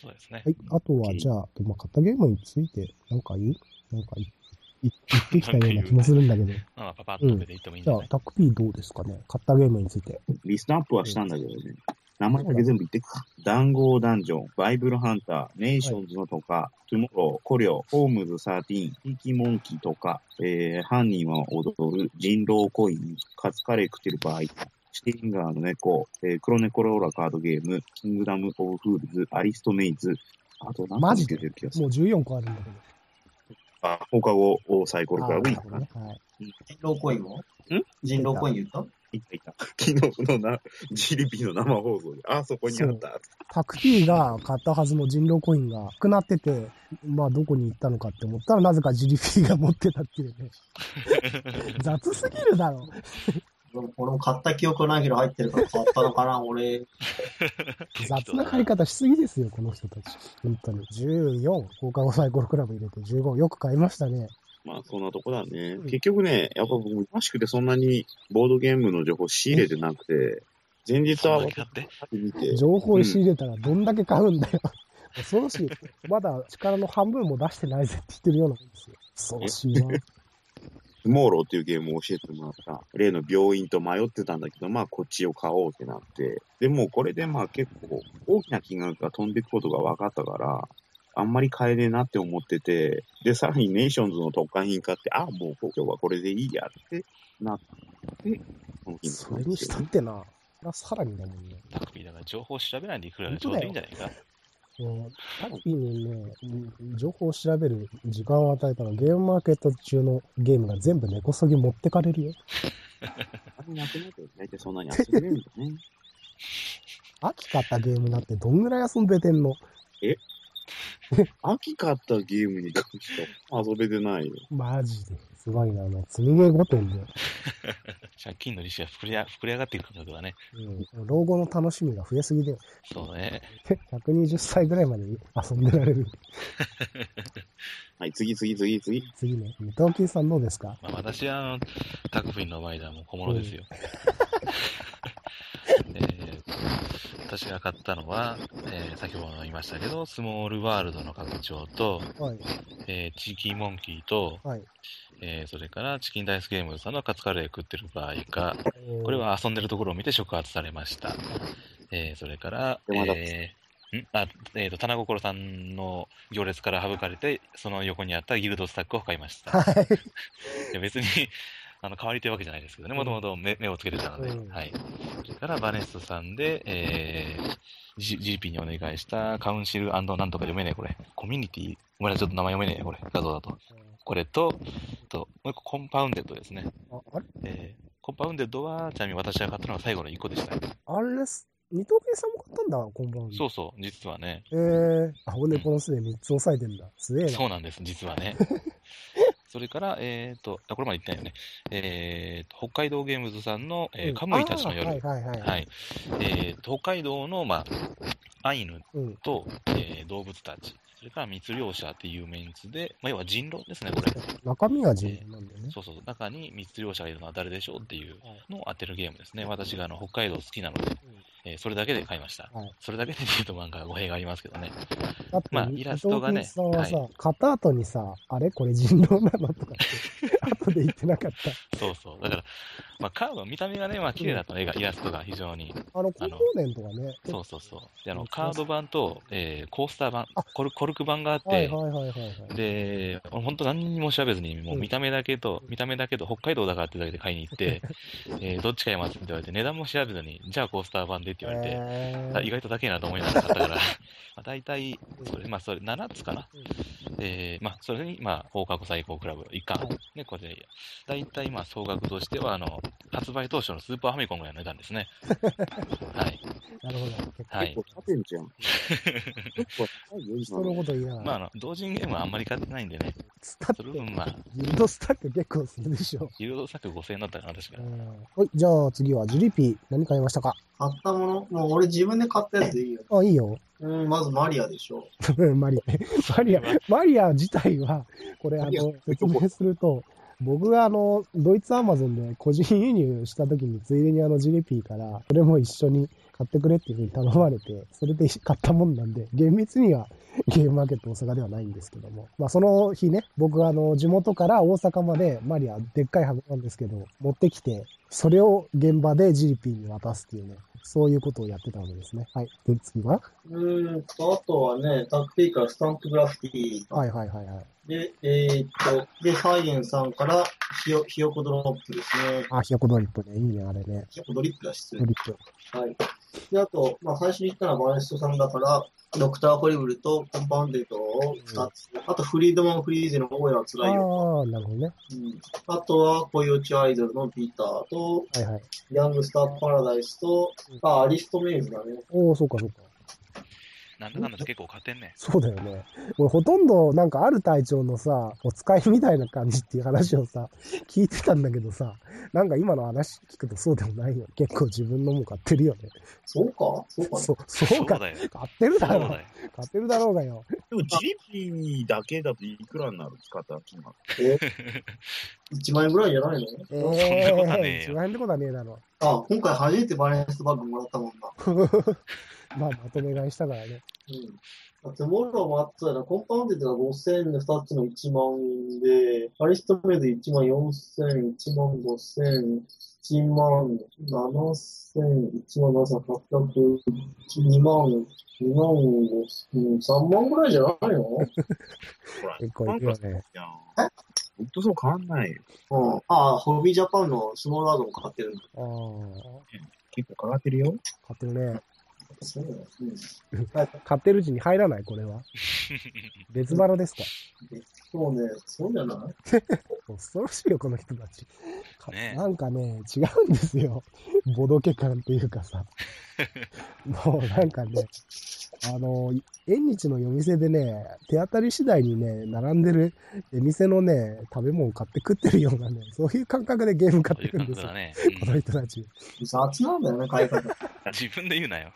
そうですね
は。い。あとは、
OK
じゃあ、まあ、買ったゲームについて、なんか言うなんかいい言ってきたような気もするんだけど、
まあ、パパッと上でいってもいいん
じ
じ
ゃ
ゃ
あ
ない、、
タックピーどうですかね買ったゲームについて。
リストアップはしたんだけどね。名前だけ全部言ってくか。談合ダンジョン、バイブルハンター、ネーションズのとか、トゥモロー、コリョ、ホームズ13、ピーキーモンキーとか、えー、犯人は踊る、人狼コイン、カツカレー食ってる場合、シティンガーの猫、えー、黒猫ローラカードゲーム、キングダム・オブ・フールズ、アリスト・メイズ、あと何
マ
か
ジ
出
で
てる気がす
も
る
う。14個あるんだけど。
あ、放課後サイコロクラブ
あ
い
ーな
いか
るほど
な。
ね。はい。
人狼コインも人狼コイン言った
いたいた。昨日のな、GDP の生放送で、あ、そこにあった。
タクピーが買ったはずの人狼コインがなくなってて、まあどこに行ったのかって思ったらなぜかジリピーが持ってたっていうね。雑すぎるだろ。
俺も買った記憶ないけど入ってるから買ったのか な俺、
雑な買い方しすぎですよ、この人たち。本当に。14、放課後サイコロクラブ入れて15、よく買いましたね。
まあ、そんなとこだね。
ん
結局ね、やっぱ僕、詳しくてそんなにボードゲームの情報仕入れてなくて、前日
そ
は
んだ
私
けあって
見て、
情報を仕入れたらどんだけ買うんだよ。恐ろしい。まだ力の半分も出してないぜって言ってるようなもんですよ。恐ろしいわ。
トゥモーローっていうゲームを教えてもらった、例の病院と迷ってたんだけど、まあ、こっちを買おうってなって、でもうこれでまあ結構大きな金額が飛んでいくことが分かったから、あんまり買えねえなって思ってて、で、さらにネーションズの特価品買って、あ、もう今日はこれでいいやってなって、この金額
そ
な
れ
んで
に
す
し
よ
た
ね
ってな。さらにだもんね。
タクピーだから情報調べないでいくらがちょうどいいんじゃないか。
もうタッキーにね、うん情報を調べる時間を与えたら、ゲームマーケット中のゲームが全部根こそぎ持ってかれるよ。
あんまなくなったら大体そんなに遊べるんだね。
秋買ったゲームなんてどんぐらい遊んでてんの
秋買ったゲームに関しては遊べてないよ。
マジで。すごいな、あの、積みゲー5点で。
借金の利子が膨れあ膨れ上がっていく感覚だね。
うん。老後の楽しみが増えすぎで、
そうね。
120歳ぐらいまで遊んでられる。
はい、次、次、次、次。
次ね。伊藤金さんどうですか
まあ、私はあのタクフィンの場合ではもう小物ですよ。 えー私が買ったのは、えー先ほども言いましたけど、スモールワールドの拡張と、
はい。
えーチキンモンキーと、
はい。
えーそれからチキンダイスゲームズさんのカツカレー食ってる場合か、これ。は遊んでるところを見て触発されました。えーそれから、
山田
えーんあえーと、棚心さんの行列から省かれて、その横にあったギルドスタックを買いました。
はい。
いや別に あの代わりというわけじゃないですけどね、
うん
もともと目目をつけてたので、
うん
はい。それからバネスさんで、えー、G- GP にお願いしたカウンシルなんとか読めねえ、これ。コミュニティごめんなさい、ちょっと名前読めねえ、これ。画像だと。これと、ともう一個コンパウンデッドですね。
ああれ
えーコンパウンデッドは、ちなみに私が買ったのは最後の1個でした。
あれです。伊藤金さんも買ったんだ、こんばんは。
そうそう、実はね。
えー、あ、ほんでこのすで3つ押さえてんだ。すげえな。
そうなんです、実 はね。それから、えっ、と、あこれまで言ったよね。えーと、北海道ゲームズさんの、えーカムイたちの夜。
あーはいはいはい。
はい。えー、と北海道の、まあ、アイヌ
うん。
と、えー動物たち、それから密猟者っていうメンツで、まあ、要は人狼ですね、これ。
中身は人狼なんだよね。
そうそう、中に密猟者がいるのは誰でしょうっていうのを当てるゲームですね。私があの北海道好きなので、えーそれだけで買いました。
はい
それだけでデート漫画は語弊がありますけどね。
だって、
まあイラストがね
伊藤健さんはさ、
は
買った後にさ、あれこれ人狼なのとかって、 後で言ってなかった。
そうそう。だから、まあ、カード、見た目がね、まあ、綺麗だったの、絵が、イラストが非常に。
あの、高校年とかね。
そうそうそう。で、あの、カード版と、えーコースター版
あ、
コルコルク版があって、
はいはいはいはいはい。
で、俺本当何にも調べずに、もう
うん
見た目だけと、見た目だけと、北海道だからってだけで買いに 行って、えーどっち買いますって言われて、値段も調べずに、じゃあコースター版でって言われて、
え
あ意外と高いなと思いながら買 ったから、まあ大体、それ、まあそれ7つかな
うん。
えーまあそれに、まあ放課後最高クラブ一
は
巻
い。
ね、これで、大体まあ総額としては、あの、発売当初のスーパーファミコンぐらいの値段です ね。はい。
なるほど。結構
は
結
い
構立てんじ ゃん。結構高いよ、
人の
今。
こと言いながら。
まああの、同人ゲームはあんまり買ってないんでね、
スタ
その
ッ
分
ク、
まあ、
ギルドスタック結構するでしょ。
有料作5000円だったかな、確か
う。んはい、じゃあ次はジュリピー、何買いましたか
買ったものもう俺自分で買ったやつでいいよ。
あ、いいよ。
うん、まずマリアでしょ。
マリア。マリア、マリア自体は、これあ
マリア
の、説明すると、僕があの、ドイツアマゾンで個人輸入した時に、ついでにあのジュリピーから、それも一緒に買ってくれっていうふうに頼まれて、それで買ったもんなんで、厳密にはゲームマーケット大阪ではないんですけども。まあその日ね、僕はあの、地元から大阪までマリア、でっかい箱なんですけど、持ってきて、それを現場でジュリピーに渡すっていうね、そういうことをやってたわけですね。はい。で、次は
うーんと、あとはね、タックイーからスタンプグラフィティ。
はいはいはいはい。
で、えーっと、で、サイエンさんからひよ、ひよこドロップですね。
あ、ひよこドリップね。いいね、あれね。
ひよこドリップだ、失
ド
礼。
リップ。
はい。で、あと、まあ、最初に言ったのはバネストさんだから、ドクターホリブルとコンパウンデットを2つ。あと、フリードマン・フリーゼのオーヤは
あ
辛いよ。
あー、なるほどね。
うん、あとは、恋落ちアイドルのピーターと、
はいはい。
ヤングスター・パラダイスと、あ、アリストメイズだね。
おお、そうかそうか。
なんだかんだで結構買ってんね。
そうだよね。俺ほとんどなんかある隊長のさ、お使いみたいな感じっていう話をさ、 聞いてたんだけどさ、なんか今の話聞くとそうでもないよ。結構自分のも買ってるよね。
そうかそうかね。
そ、そうか。
だよ。
買ってる
そ
だ
うだ
ろ
よ
う。。買ってるだろうがよ。
でも、ジリピーだけだといくらになる使った金額。
1万円ぐらいじゃないの
え
んなことはねえ
えー、
よ
違うんてことはねえだろ。
あ、今回初めてバネストバッグもらったもんな。
まあ、まとめ買いしたからね。
うん。トゥモローもあったら、コンパウンデットが5000円で2つの1万円で、アリストメイド1万4000、1万5000、1万7000、1万7800、2万、2万5000、3万ぐらいじゃないの
ほら、
結構いるよね。
じゃん。ほんとそう変わんないよ。
うん。ああ、ホビージャパンのスモールワードも買ってるんだ。
ああ、
結構変わってるよ。
買ってるね。
そうだね。うん。
買ってるうちに入らない、これは。別腹ですか。
そうね、そうじゃない
恐ろしいよ、この人たち。か
ねえ
なんかね、違うんですよ。ボドケ感っていうかさ。もうなんかね、あの、縁日の夜店でね、手当たり次第にね、並んでる出店のね、食べ物を買って食ってるようなね、そういう感覚でゲーム買
と
っ
い
て
う
るんで
感じ
すよ
だ。 ね。
この人たち。
雑なんだよね、買い方。い
自分で言うなよ。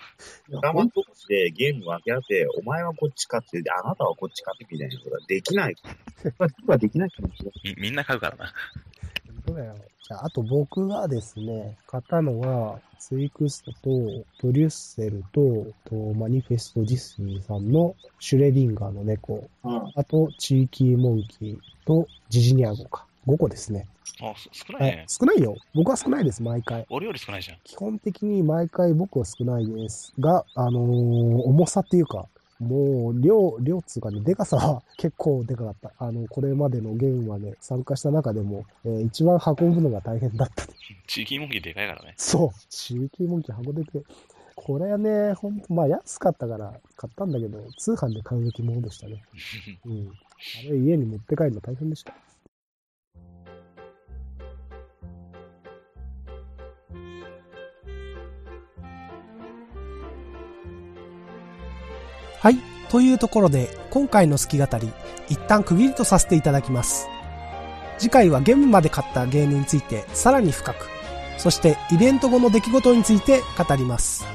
や
仲間同士でゲーム分け合って、お前はこっち買って、あなたはこっち買ってみたいなことができ ない。まあ、はできないかもしれない。
みみんな買うからな。
そうだよ。じゃあ、あと僕がですね、買ったのは、ツイクストと、ブリュッセルと、とマニフェストディスニーさんのシュレディンガーの猫
うん。
あと、チーキーモンキーとジジニアゴか。5個ですね。
あ、そ少ないね。
少ないよ。僕は少ないです、毎回。
俺より少ないじゃん。
基本的に毎回僕は少ないですが、あのー重さっていうか、もう、量、量っつうかね、でかさは結構でかかった。あの、これまでのゲームまで参加した中でも、えー一番運ぶのが大変だった。
地域モンキーでかいからね。
そう、シーキーモンキー箱出て、これはね、ほんと、まあ安かったから買ったんだけど、通販で買うべきものでしたね。 うん。あれ家に持って帰るの大変でした。はい。というところで、今回の好き語り、一旦区切りとさせていただきます。次回はゲームまで買ったゲームについて、さらに深く、そしてイベント後の出来事について語ります。